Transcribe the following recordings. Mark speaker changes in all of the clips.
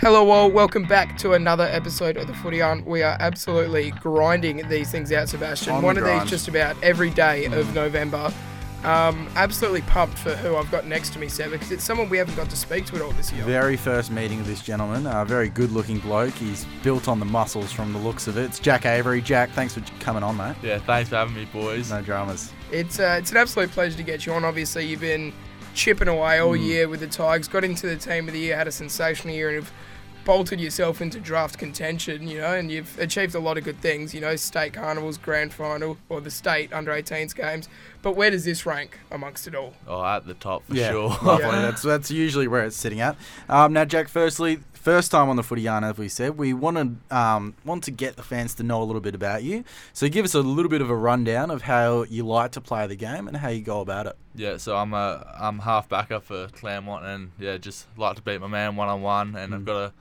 Speaker 1: Hello, all. Welcome back to another episode of the Footy Yarn. We are absolutely grinding these things out, Sebastian.
Speaker 2: On the
Speaker 1: One of
Speaker 2: grind.
Speaker 1: these just about every day of November. Um, absolutely pumped for who I've got next to me, Seb, because it's someone we haven't got to speak to at all this year.
Speaker 2: Very first meeting of this gentleman, a very good looking bloke. He's built on the muscles from the looks of it. It's Jack Avery. Jack, thanks for coming on, mate.
Speaker 3: Yeah, thanks for having me, boys.
Speaker 2: No dramas.
Speaker 1: It's uh, it's an absolute pleasure to get you on. Obviously, you've been chipping away all year with the Tigers. Got into the team of the year, had a sensational year, and have bolted yourself into draft contention. You know, and you've achieved a lot of good things. You know, state carnivals, grand final, or the state under 18s games. But where does this rank amongst it all?
Speaker 3: Oh, at the top for sure.
Speaker 2: lovely.
Speaker 1: Yeah.
Speaker 2: That's that's usually where it's sitting at. Um, now, Jack, firstly, first time on the footy yarn, as we said, we wanted um, want to get the fans to know a little bit about you. So, give us a little bit of a rundown of how you like to play the game and how you go about it.
Speaker 3: yeah, so I'm a I'm half backer for Claremont, and yeah, just like to beat my man one on one, and
Speaker 2: Mm.
Speaker 3: I've got a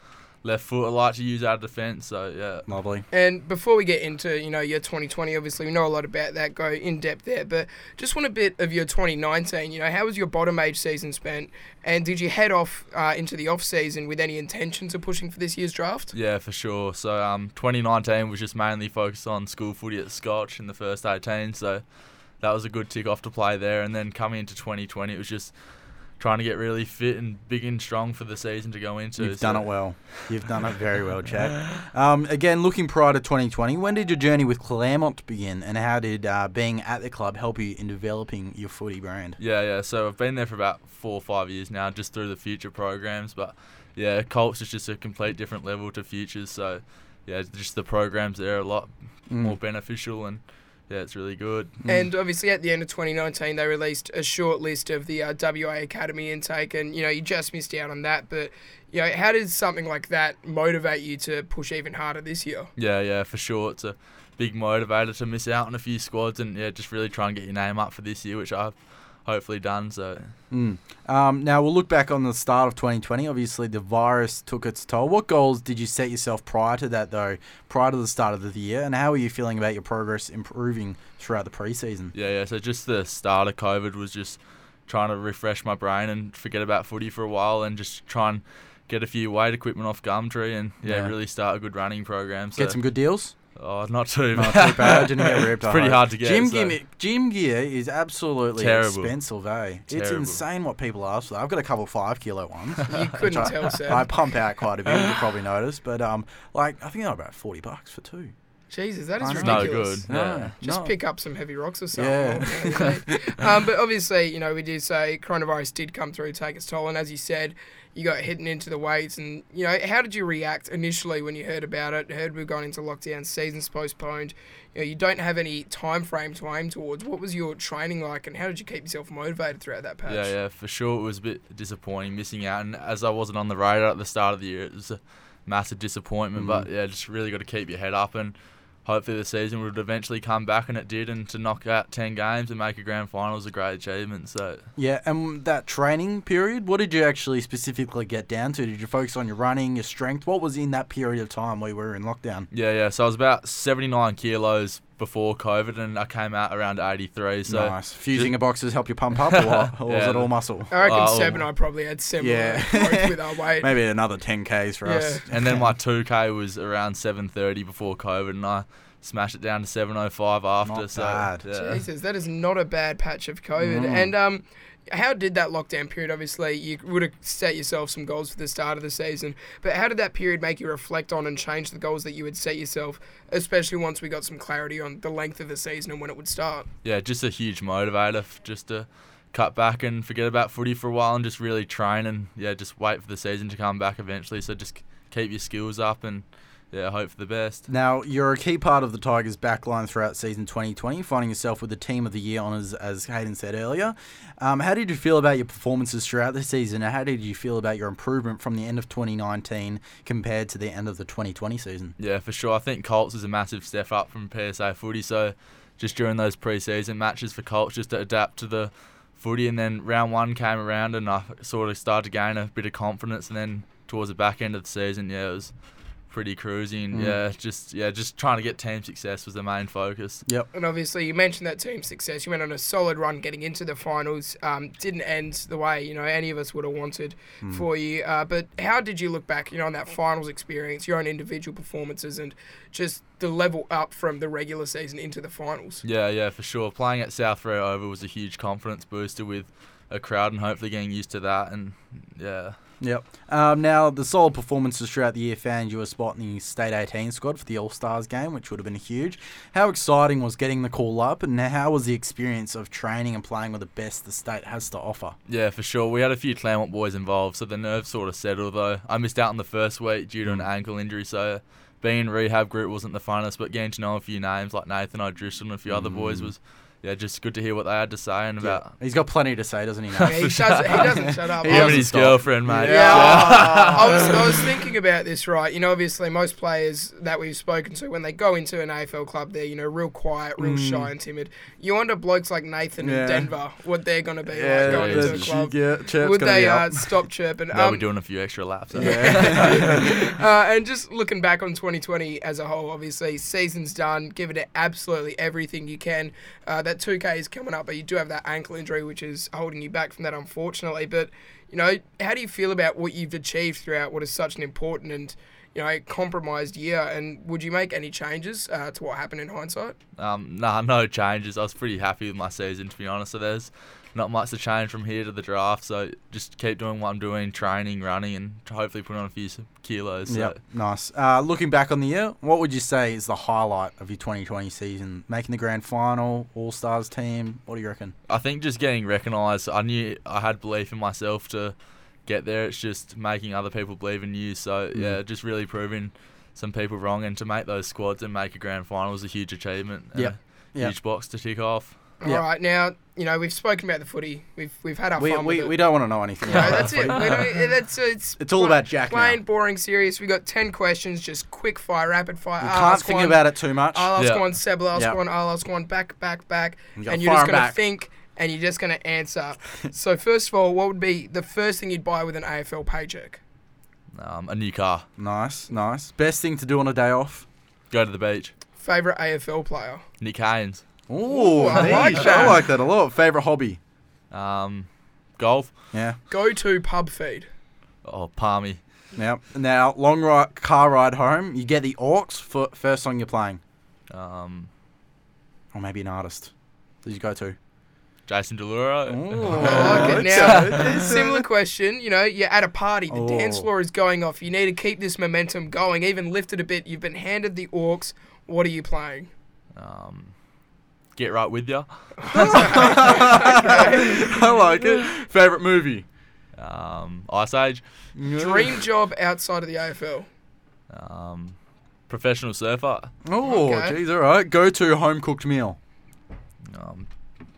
Speaker 3: left foot I like to use out of defence. So yeah,
Speaker 2: Lovely.
Speaker 1: And before we get into, you know, your 2020, obviously we know a lot about that, go in depth there, but just want a bit of your 2019. You know, how was your bottom age season spent? And did you head off uh, into the off season with any intentions of pushing for this year's draft?
Speaker 3: yeah, for sure. So um, 2019 was just mainly focused on school footy at Scotch in the first 18, so that was a good tick off to play there, and then coming into 2020, it was just trying to get really fit and big and strong for the season to go into.
Speaker 2: You've done
Speaker 3: so-
Speaker 2: it well. You've done it very well, Jack. Um, again, looking prior to 2020, when did your journey with Claremont begin, and how did uh, being at the club help you in developing your footy brand?
Speaker 3: Yeah, yeah. So I've been there for about four or five years now, just through the future programs. But yeah, Colts is just a complete different level to futures. So yeah, just the programs there are a lot
Speaker 2: Mm.
Speaker 3: more beneficial, and yeah, it's really good.
Speaker 1: And obviously, at the end of 2019, they released a short list of the uh, WA Academy intake, and you know you just missed out on that. But you know, how does something like that motivate you to push even harder this year?
Speaker 3: Yeah, yeah, for sure. It's a big motivator to miss out on a few squads, and yeah, just really try and get your name up for this year, which I've hopefully done. So
Speaker 2: Mm. Um, now we'll look back on the start of 2020. Obviously, the virus took its toll. What goals did you set yourself prior to that, though? Prior to the start of the year, and how are you feeling about your progress improving throughout the preseason?
Speaker 3: Yeah, yeah. So just the start of COVID was just trying to refresh my brain and forget about footy for a while and just try and get a few weight equipment off Gumtree and yeah,
Speaker 2: Yeah.
Speaker 3: really start a good running program. So
Speaker 2: Get some good deals.
Speaker 3: oh, not too
Speaker 2: No,
Speaker 3: much.
Speaker 2: too bad. Didn't get ripped.
Speaker 3: It's pretty
Speaker 2: I
Speaker 3: hard
Speaker 2: hope.
Speaker 3: to get,
Speaker 2: Gym,
Speaker 3: so-
Speaker 2: gear, gym gear is absolutely
Speaker 3: Terrible.
Speaker 2: expensive, eh? It's
Speaker 3: Terrible.
Speaker 2: insane what people ask for. I've got a couple five kilo ones.
Speaker 1: You couldn't
Speaker 2: I-
Speaker 1: tell, Seb.
Speaker 2: I pump out quite a bit. You probably noticed, but um, like I think they're about forty bucks for two.
Speaker 1: Jesus, that is
Speaker 2: It's
Speaker 3: it's
Speaker 1: ridiculous.
Speaker 3: no good. Yeah.
Speaker 1: Just
Speaker 2: no.
Speaker 1: pick up some heavy rocks or something.
Speaker 2: Yeah.
Speaker 1: um, but obviously, you know, we do say coronavirus did come through, take its toll, and as you said, you got hitting into the weights. And you know, how did you react initially when you heard about it? Heard we've gone into lockdown, seasons postponed. You know, you don't have any time frame to aim towards. What was your training like, and how did you keep yourself motivated throughout that patch?
Speaker 3: Yeah, yeah, for sure. It was a bit disappointing missing out, and as I wasn't on the radar at the start of the year, it was a massive disappointment. But yeah, just really got to keep your head up, and hopefully the season would eventually come back, and it did. And to knock out ten games and make a grand final is a great achievement. So
Speaker 2: Yeah, and that training period. What did you actually specifically get down to? Did you focus on your running, your strength? What was in that period of time where you were in lockdown?
Speaker 3: Yeah, yeah. So I was about 79 kilos before COVID, and I came out around 83. So
Speaker 2: nice. Fusing a boxes help you pump up, or, what? or was
Speaker 3: Yeah.
Speaker 2: it all muscle?
Speaker 1: I reckon
Speaker 3: Oh.
Speaker 1: Seb and I probably had similar
Speaker 2: Yeah.
Speaker 1: growth with our weight.
Speaker 2: Maybe another 10Ks for
Speaker 1: Yeah.
Speaker 2: us.
Speaker 3: and then my 2K was around 730 before COVID, and I smashed it down to 705 after.
Speaker 2: Not
Speaker 3: so
Speaker 2: bad.
Speaker 3: Yeah.
Speaker 1: Jesus, that is not a bad patch of COVID.
Speaker 2: No.
Speaker 1: And um, how did that lockdown period? Obviously, you would have set yourself some goals for the start of the season, but how did that period make you reflect on and change the goals that you had set yourself, especially once we got some clarity on the length of the season and when it would start?
Speaker 3: yeah, just a huge motivator f- just to cut back and forget about footy for a while and just really train and yeah, just wait for the season to come back eventually. So just c- keep your skills up and yeah, hope for the best.
Speaker 2: Now, you're a key part of the Tigers' backline throughout season 2020, finding yourself with the Team of the Year honours, as Hayden said earlier. Um, how did you feel about your performances throughout the season, and how did you feel about your improvement from the end of 2019 compared to the end of the 2020 season?
Speaker 3: Yeah, for sure. I think Colts is a massive step up from PSA footy. So just during those preseason matches for Colts, just to adapt to the footy, and then round one came around, and I sort of started to gain a bit of confidence, and then towards the back end of the season, yeah, it was pretty cruising.
Speaker 2: Mm.
Speaker 3: Yeah, just yeah, just trying to get team success was the main focus.
Speaker 1: And obviously, you mentioned that team success. You went on a solid run getting into the finals. Um, didn't end the way you know any of us would have wanted
Speaker 2: Hmm.
Speaker 1: for you. Uh, but how did you look back, you know, on that finals experience, your own individual performances, and just the level up from the regular season into the finals?
Speaker 3: Yeah, yeah, for sure. Playing at South Row Oval was a huge confidence booster with a crowd and hopefully getting used to that. And yeah,
Speaker 2: Yep. Um, now, the solid performances throughout the year found you a spot in the State 18 squad for the All Stars game, which would have been huge. How exciting was getting the call up, and how was the experience of training and playing with the best the state has to offer?
Speaker 3: yeah, for sure. We had a few Claremont boys involved, so the nerves sort of settled. Though I missed out on the first week due to
Speaker 1: Mm.
Speaker 3: an ankle injury, so being in rehab group wasn't the funnest. But getting to know a few names like Nathan O'Driscoll and a few other boys
Speaker 1: Mm.
Speaker 3: was yeah, just good to hear what they had to say and about
Speaker 2: He's got plenty to say, doesn't he?
Speaker 1: Yeah,
Speaker 2: Nat?
Speaker 1: he, doesn't, he doesn't shut up.
Speaker 2: He
Speaker 3: him and
Speaker 2: doesn't
Speaker 3: his
Speaker 2: stop.
Speaker 3: girlfriend, mate.
Speaker 1: Yeah. I, was, I was thinking about this, right? You know, obviously, most players that we've spoken to, when they go into an AFL club, they're, you know, real quiet, real shy and timid. You wonder blokes like Nathan
Speaker 2: Hmm. Yeah.
Speaker 1: in Denver, what they're going to be
Speaker 2: Yeah,
Speaker 1: like going
Speaker 3: that's-
Speaker 1: into a club.
Speaker 2: yeah, chirp's
Speaker 1: Would
Speaker 2: gonna
Speaker 1: they
Speaker 2: be
Speaker 1: uh,
Speaker 2: up.
Speaker 1: stop chirping?
Speaker 3: They'll
Speaker 1: Um,
Speaker 3: be doing a few extra laps. eh?
Speaker 1: uh, and just looking back on 2020 as a whole, obviously, season's done. Give it absolutely everything you can. Uh, that 2K is coming up, but you do have that ankle injury, which is holding you back from that, unfortunately. But, you know, how do you feel about what you've achieved throughout what is such an important and, you know, compromised year? And would you make any changes uh, to what happened in hindsight?
Speaker 3: Um, nah, no changes. I was pretty happy with my season, to be honest. So there's not much to change from here to the draft. So just keep doing what I'm doing, training, running, and hopefully put on a few s- kilos. So.
Speaker 2: Yep, nice. Uh, looking back on the year, what would you say is the highlight of your 2020 season? Making the grand final, All Stars team. What do you reckon?
Speaker 3: I think just getting recognised. I knew I had belief in myself to get there. It's just making other people believe in you. So yeah, just really proving some people wrong, and to make those squads and make a grand final was a huge achievement. and
Speaker 2: Yep.
Speaker 3: a
Speaker 2: Yep.
Speaker 3: Huge box to tick off.
Speaker 2: Yeah.
Speaker 1: All right, now, you know, we've spoken about the footy. We've, we've had our
Speaker 2: We,
Speaker 1: fun
Speaker 2: we,
Speaker 1: with it.
Speaker 2: we don't want to know anything.
Speaker 1: No,
Speaker 2: about
Speaker 1: that's
Speaker 2: that,
Speaker 1: it. Uh, We
Speaker 2: please.
Speaker 1: don't, that's, it's,
Speaker 2: It's all
Speaker 1: pla-
Speaker 2: about Jack now.
Speaker 1: Plain, boring, serious. We got ten questions, just quick fire, rapid fire.
Speaker 2: You
Speaker 1: I'll
Speaker 2: can't
Speaker 1: ask
Speaker 2: think
Speaker 1: one, Uh,
Speaker 2: about it too much.
Speaker 1: I'll ask
Speaker 3: Yeah.
Speaker 1: one, Seb. I'll ask
Speaker 2: Yeah.
Speaker 1: one. I'll ask one. Back, back, back.
Speaker 2: You gotta
Speaker 1: and you're
Speaker 2: fire
Speaker 1: just
Speaker 2: 'em
Speaker 1: gonna
Speaker 2: back.
Speaker 1: think, and you're just gonna answer. so first of all, what would be the first thing you'd buy with an AFL paycheck?
Speaker 3: Um, a new car.
Speaker 2: Nice, nice. Best thing to do on a day off.
Speaker 3: Go to the beach.
Speaker 1: Favorite AFL player?
Speaker 3: Nick Haynes.
Speaker 2: Ooh,
Speaker 1: I like
Speaker 2: nice.
Speaker 1: that.
Speaker 2: I like that a lot. Favorite hobby?
Speaker 3: Um, golf.
Speaker 2: Yeah,
Speaker 1: Go to pub feed.
Speaker 3: Oh, Palmy.
Speaker 2: yeah. Now, long ri car ride home. You get the Orcs for first song you're playing,
Speaker 3: Um,
Speaker 2: or maybe an artist. Did you go to?
Speaker 3: Jason Deluro.
Speaker 1: I like it
Speaker 2: Oh, that's-
Speaker 1: now. Similar question. You know, you're at a party. The dance
Speaker 2: Oh.
Speaker 1: floor is going off. You need to keep this momentum going. Even lift it a bit. You've been handed the orcs. What are you playing?
Speaker 3: Um, get right with ya.
Speaker 2: I like it. Favorite movie?
Speaker 3: Um, Ice Age.
Speaker 1: Dream job outside of the AFL.
Speaker 3: Um, professional surfer.
Speaker 2: Oh,
Speaker 1: Okay.
Speaker 2: geez, all right. Go to home cooked meal.
Speaker 3: Um,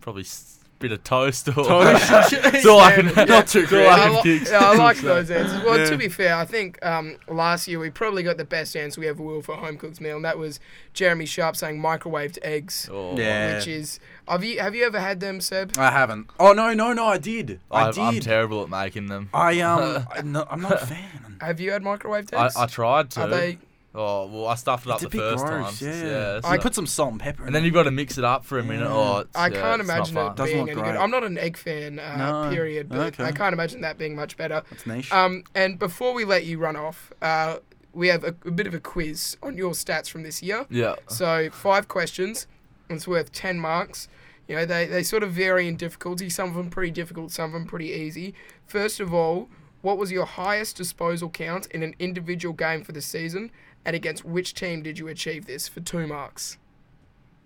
Speaker 3: probably s- bit of toast or.
Speaker 2: That's
Speaker 3: all I can-
Speaker 2: Not too
Speaker 3: that's all
Speaker 2: great.
Speaker 3: I
Speaker 1: I,
Speaker 3: can
Speaker 1: li-
Speaker 3: fix.
Speaker 1: yeah, I like those answers. Well,
Speaker 2: Yeah.
Speaker 1: to be fair, I think um, last year we probably got the best answer we ever will for home cooked meal, and that was Jeremy Sharp saying microwaved eggs,
Speaker 3: Oh,
Speaker 2: Yeah.
Speaker 1: which is have you have you ever had them, Seb?
Speaker 2: I haven't. Oh no, no, no! I did. I,
Speaker 3: I,
Speaker 2: did.
Speaker 3: I'm terrible at making them.
Speaker 2: I um, I'm not, I'm not a fan.
Speaker 1: Have you had microwaved
Speaker 3: I,
Speaker 1: eggs?
Speaker 3: I tried to.
Speaker 1: Are they?
Speaker 3: Oh well, I stuffed it up
Speaker 2: It's a
Speaker 3: the
Speaker 2: bit
Speaker 3: first time.
Speaker 2: gross. Yeah.
Speaker 3: so-
Speaker 2: you put some salt and pepper. in
Speaker 3: and then
Speaker 2: it.
Speaker 3: you've got to mix it up for a minute.
Speaker 2: Yeah.
Speaker 3: Oh, it's,
Speaker 1: I
Speaker 3: yeah,
Speaker 1: can't
Speaker 3: it's
Speaker 1: imagine
Speaker 3: not
Speaker 1: it
Speaker 3: fun.
Speaker 2: Doesn't
Speaker 1: being
Speaker 2: look
Speaker 1: any good.
Speaker 2: great.
Speaker 1: I'm not an egg fan, uh,
Speaker 2: No.
Speaker 1: period, but
Speaker 2: Okay.
Speaker 1: I can't imagine that being much better.
Speaker 2: It's niche.
Speaker 1: Um, and before we let you run off, uh, we have a, a bit of a quiz on your stats from this year.
Speaker 3: Yeah.
Speaker 1: So five questions. It's worth ten marks. You know they, they sort of vary in difficulty. Some of them pretty difficult. Some of them pretty easy. First of all, what was your highest disposal count in an individual game for the season, and against which team did you achieve this for two marks?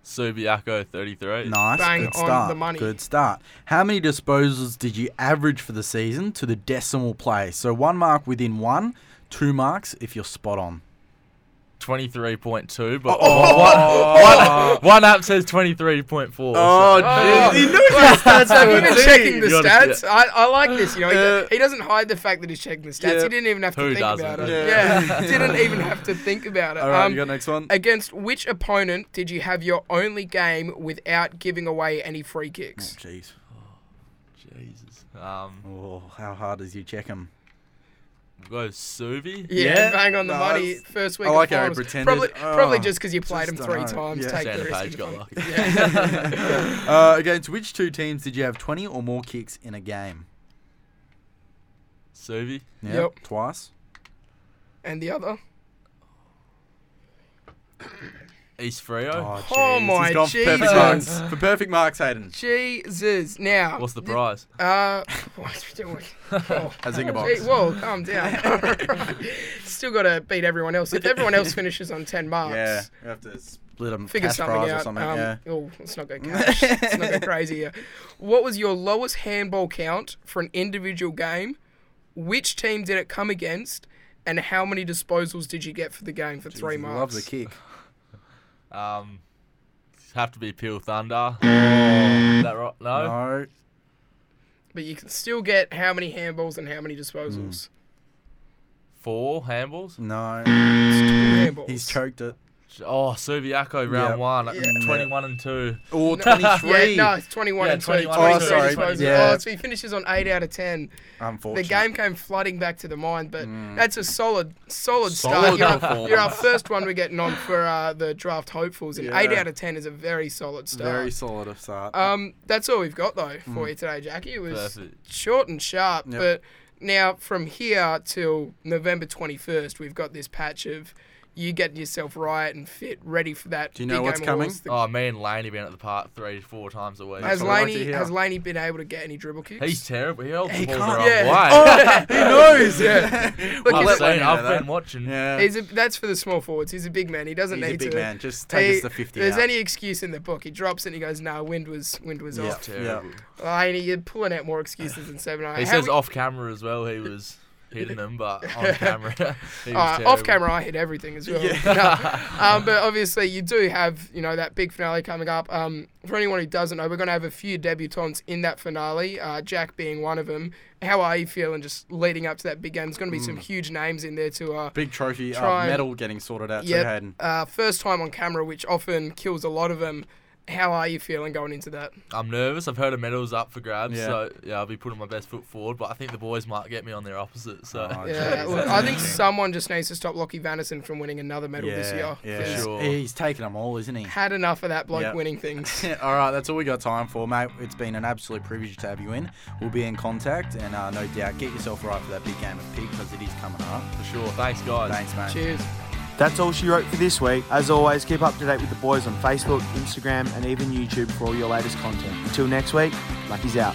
Speaker 3: Subiaco 33.
Speaker 2: Nice.
Speaker 1: Bang
Speaker 2: good
Speaker 1: on
Speaker 2: start.
Speaker 1: the money.
Speaker 2: Good start. How many disposals did you average for the season to the decimal place? So one mark within one, two marks if you're spot on.
Speaker 3: 23.2,
Speaker 2: Oh,
Speaker 3: but
Speaker 1: Oh,
Speaker 3: one- one- one app says 23.4.
Speaker 2: Oh.
Speaker 1: Oh,
Speaker 3: so-
Speaker 1: geez.
Speaker 2: you know your stats
Speaker 1: Have you been checking the
Speaker 3: You gotta-
Speaker 1: stats? I, I like this. You know, he,
Speaker 2: Uh,
Speaker 1: he doesn't hide the fact that he's checking the stats.
Speaker 2: yeah.
Speaker 1: He didn't even have to
Speaker 3: Who
Speaker 1: think about it.
Speaker 3: doesn't?
Speaker 1: Yeah,
Speaker 2: Yeah.
Speaker 1: didn't even have to think about it.
Speaker 2: All right,
Speaker 1: Um,
Speaker 2: you got next one.
Speaker 1: Against which opponent did you have your only game without giving away any free kicks?
Speaker 2: Jeez.
Speaker 3: Jesus. Um,
Speaker 2: Oh, how hard is you check them?
Speaker 3: go Suvi.
Speaker 1: Yeah,
Speaker 2: Yeah?
Speaker 1: bang on the
Speaker 2: No,
Speaker 1: money
Speaker 2: that's-
Speaker 1: first week.
Speaker 2: I like
Speaker 1: of
Speaker 2: how he
Speaker 1: finals.
Speaker 2: pretended,
Speaker 1: Probably, probably
Speaker 2: "Oh,
Speaker 1: just because you played
Speaker 2: just
Speaker 1: him three
Speaker 2: dunno."
Speaker 1: times.
Speaker 2: Yeah.
Speaker 1: Take
Speaker 3: Santa
Speaker 1: the risk.
Speaker 3: Page got lucky.
Speaker 1: Yeah.
Speaker 2: uh, against which two teams did you have 20 or more kicks in a game?
Speaker 3: Suvi.
Speaker 2: Yeah,
Speaker 1: Yep.
Speaker 2: Twice.
Speaker 1: and the other.
Speaker 3: East Freo.
Speaker 2: Oh,
Speaker 1: Oh
Speaker 2: jeez.
Speaker 1: my
Speaker 2: He's gone for perfect
Speaker 1: Jesus.
Speaker 2: marks. For perfect marks, Hayden.
Speaker 1: Jesus. Now.
Speaker 3: What's the
Speaker 1: th-
Speaker 3: prize?
Speaker 1: Uh, what we doing? Oh.
Speaker 2: A zinger
Speaker 1: Hey,
Speaker 2: box.
Speaker 1: whoa, calm down. Still got to beat everyone else. If everyone else finishes on 10 marks,
Speaker 2: Yeah, you have to split them
Speaker 1: figure
Speaker 2: cash
Speaker 1: something
Speaker 2: prize
Speaker 1: out.
Speaker 2: or something.
Speaker 1: um,
Speaker 2: yeah.
Speaker 1: Oh, let's not go cash. let's not go crazy here. What was your lowest handball count for an individual game? Which team did it come against? And how many disposals did you get for the game for three
Speaker 2: Jeez,
Speaker 1: marks?
Speaker 2: Loves a kick.
Speaker 3: Um, have to be Peel Thunder. Is that right? No.
Speaker 2: Oh.
Speaker 1: Uh,
Speaker 2: No.
Speaker 1: But you can still get how many handballs and how many disposals?
Speaker 3: Four handballs.
Speaker 2: No.
Speaker 1: It's two handballs.
Speaker 2: Hmm. He's choked it.
Speaker 3: Oh, Subiaco round
Speaker 2: Yeah.
Speaker 3: one,
Speaker 1: Yeah.
Speaker 3: 21 and two.
Speaker 2: Or
Speaker 1: No,
Speaker 2: 23.
Speaker 1: Yeah, no, it's 21
Speaker 3: Yeah,
Speaker 1: and
Speaker 3: 21
Speaker 1: 22
Speaker 2: and two. Oh, sorry,
Speaker 1: disposals.
Speaker 2: yeah.
Speaker 1: Oh, so he finishes on 8 out of 10. The
Speaker 2: Unfortunate. Mm.
Speaker 1: game came flooding back to the mind, but that's a solid, solid,
Speaker 3: Solid
Speaker 1: start. You're our,
Speaker 3: performance.
Speaker 1: you're our first one we're getting on for uh, the draft hopefuls, and 8
Speaker 2: Yeah.
Speaker 1: out of 10 is a very solid start.
Speaker 2: Very solid of start.
Speaker 1: um, that's all we've got, though, for you today, Jackie. It was
Speaker 3: Perfect.
Speaker 1: short and sharp,
Speaker 2: Yep.
Speaker 1: but now from here till November 21st, we've got this patch of you getting yourself right and fit, ready for that.
Speaker 2: Do you know
Speaker 1: big
Speaker 2: what's
Speaker 1: game awards,
Speaker 2: coming?
Speaker 1: the
Speaker 3: Oh, me and Laney been at the park three, four times a week.
Speaker 2: That's
Speaker 1: Has
Speaker 2: what I like to
Speaker 1: Laney
Speaker 2: hear.
Speaker 1: has Laney been able to get any dribble kicks?
Speaker 3: He's terrible. He holds
Speaker 2: He
Speaker 3: the ball
Speaker 2: can't- Oh,
Speaker 3: the wrong
Speaker 1: yeah.
Speaker 3: way.
Speaker 2: he knows,
Speaker 1: yeah. Look,
Speaker 3: I've,
Speaker 1: he's,
Speaker 3: seen,
Speaker 1: a,
Speaker 2: Laney know
Speaker 3: I've
Speaker 2: that.
Speaker 3: been watching.
Speaker 2: yeah.
Speaker 1: he's a, that's for the small forwards. He's a big man. He doesn't
Speaker 2: He's a
Speaker 1: need
Speaker 2: big
Speaker 1: to.
Speaker 2: man. Just take
Speaker 1: He-
Speaker 2: us to 50
Speaker 1: There's
Speaker 2: out.
Speaker 1: any excuse in the book. He drops it and he goes, "No, wind was wind was
Speaker 2: Yeah.
Speaker 1: off."
Speaker 3: Terrible.
Speaker 1: Laney, you're pulling out more excuses than seven.
Speaker 3: He says off camera as well. He was hitting them, but on camera, he
Speaker 1: Uh,
Speaker 3: was
Speaker 1: off
Speaker 3: terrible.
Speaker 1: camera, I hit everything as well. No. um, but obviously, you do have you know that big finale coming up. Um, for anyone who doesn't know, we're going to have a few debutantes in that finale. Uh, Jack being one of them. How are you feeling just leading up to that big game? There's going to be
Speaker 2: Mm.
Speaker 1: some huge names in there to uh,
Speaker 2: Big trophy uh,
Speaker 1: Try-
Speaker 2: medal getting sorted out
Speaker 1: Yep.
Speaker 2: too, Hayden.
Speaker 1: Uh, first time on camera, which often kills a lot of them. How are you feeling going into that?
Speaker 3: I'm nervous. I've heard a medal's up for grabs,
Speaker 2: Yeah.
Speaker 3: so yeah, I'll be putting my best foot forward. But I think the boys might get me on their opposite. So
Speaker 2: Oh,
Speaker 1: Yeah,
Speaker 2: jeez.
Speaker 1: look, I think someone just needs to stop Lockie Vanderson from winning another medal
Speaker 2: yeah,
Speaker 1: this year.
Speaker 2: Yeah.
Speaker 3: For sure.
Speaker 2: He's taking them all, isn't he?
Speaker 1: Had enough of that bloke
Speaker 2: Yep.
Speaker 1: winning things.
Speaker 2: all right, that's all we got time for, mate. It's been an absolute privilege to have you in. We'll be in contact, and uh, no doubt, get yourself right for that big game of pig because it is coming up.
Speaker 3: for sure. Thanks, guys.
Speaker 2: Thanks, mate.
Speaker 1: Cheers.
Speaker 4: That's all she wrote for this week. As always, keep up to date with the boys on Facebook, Instagram, and even YouTube for all your latest content. Until next week, Lucky's out.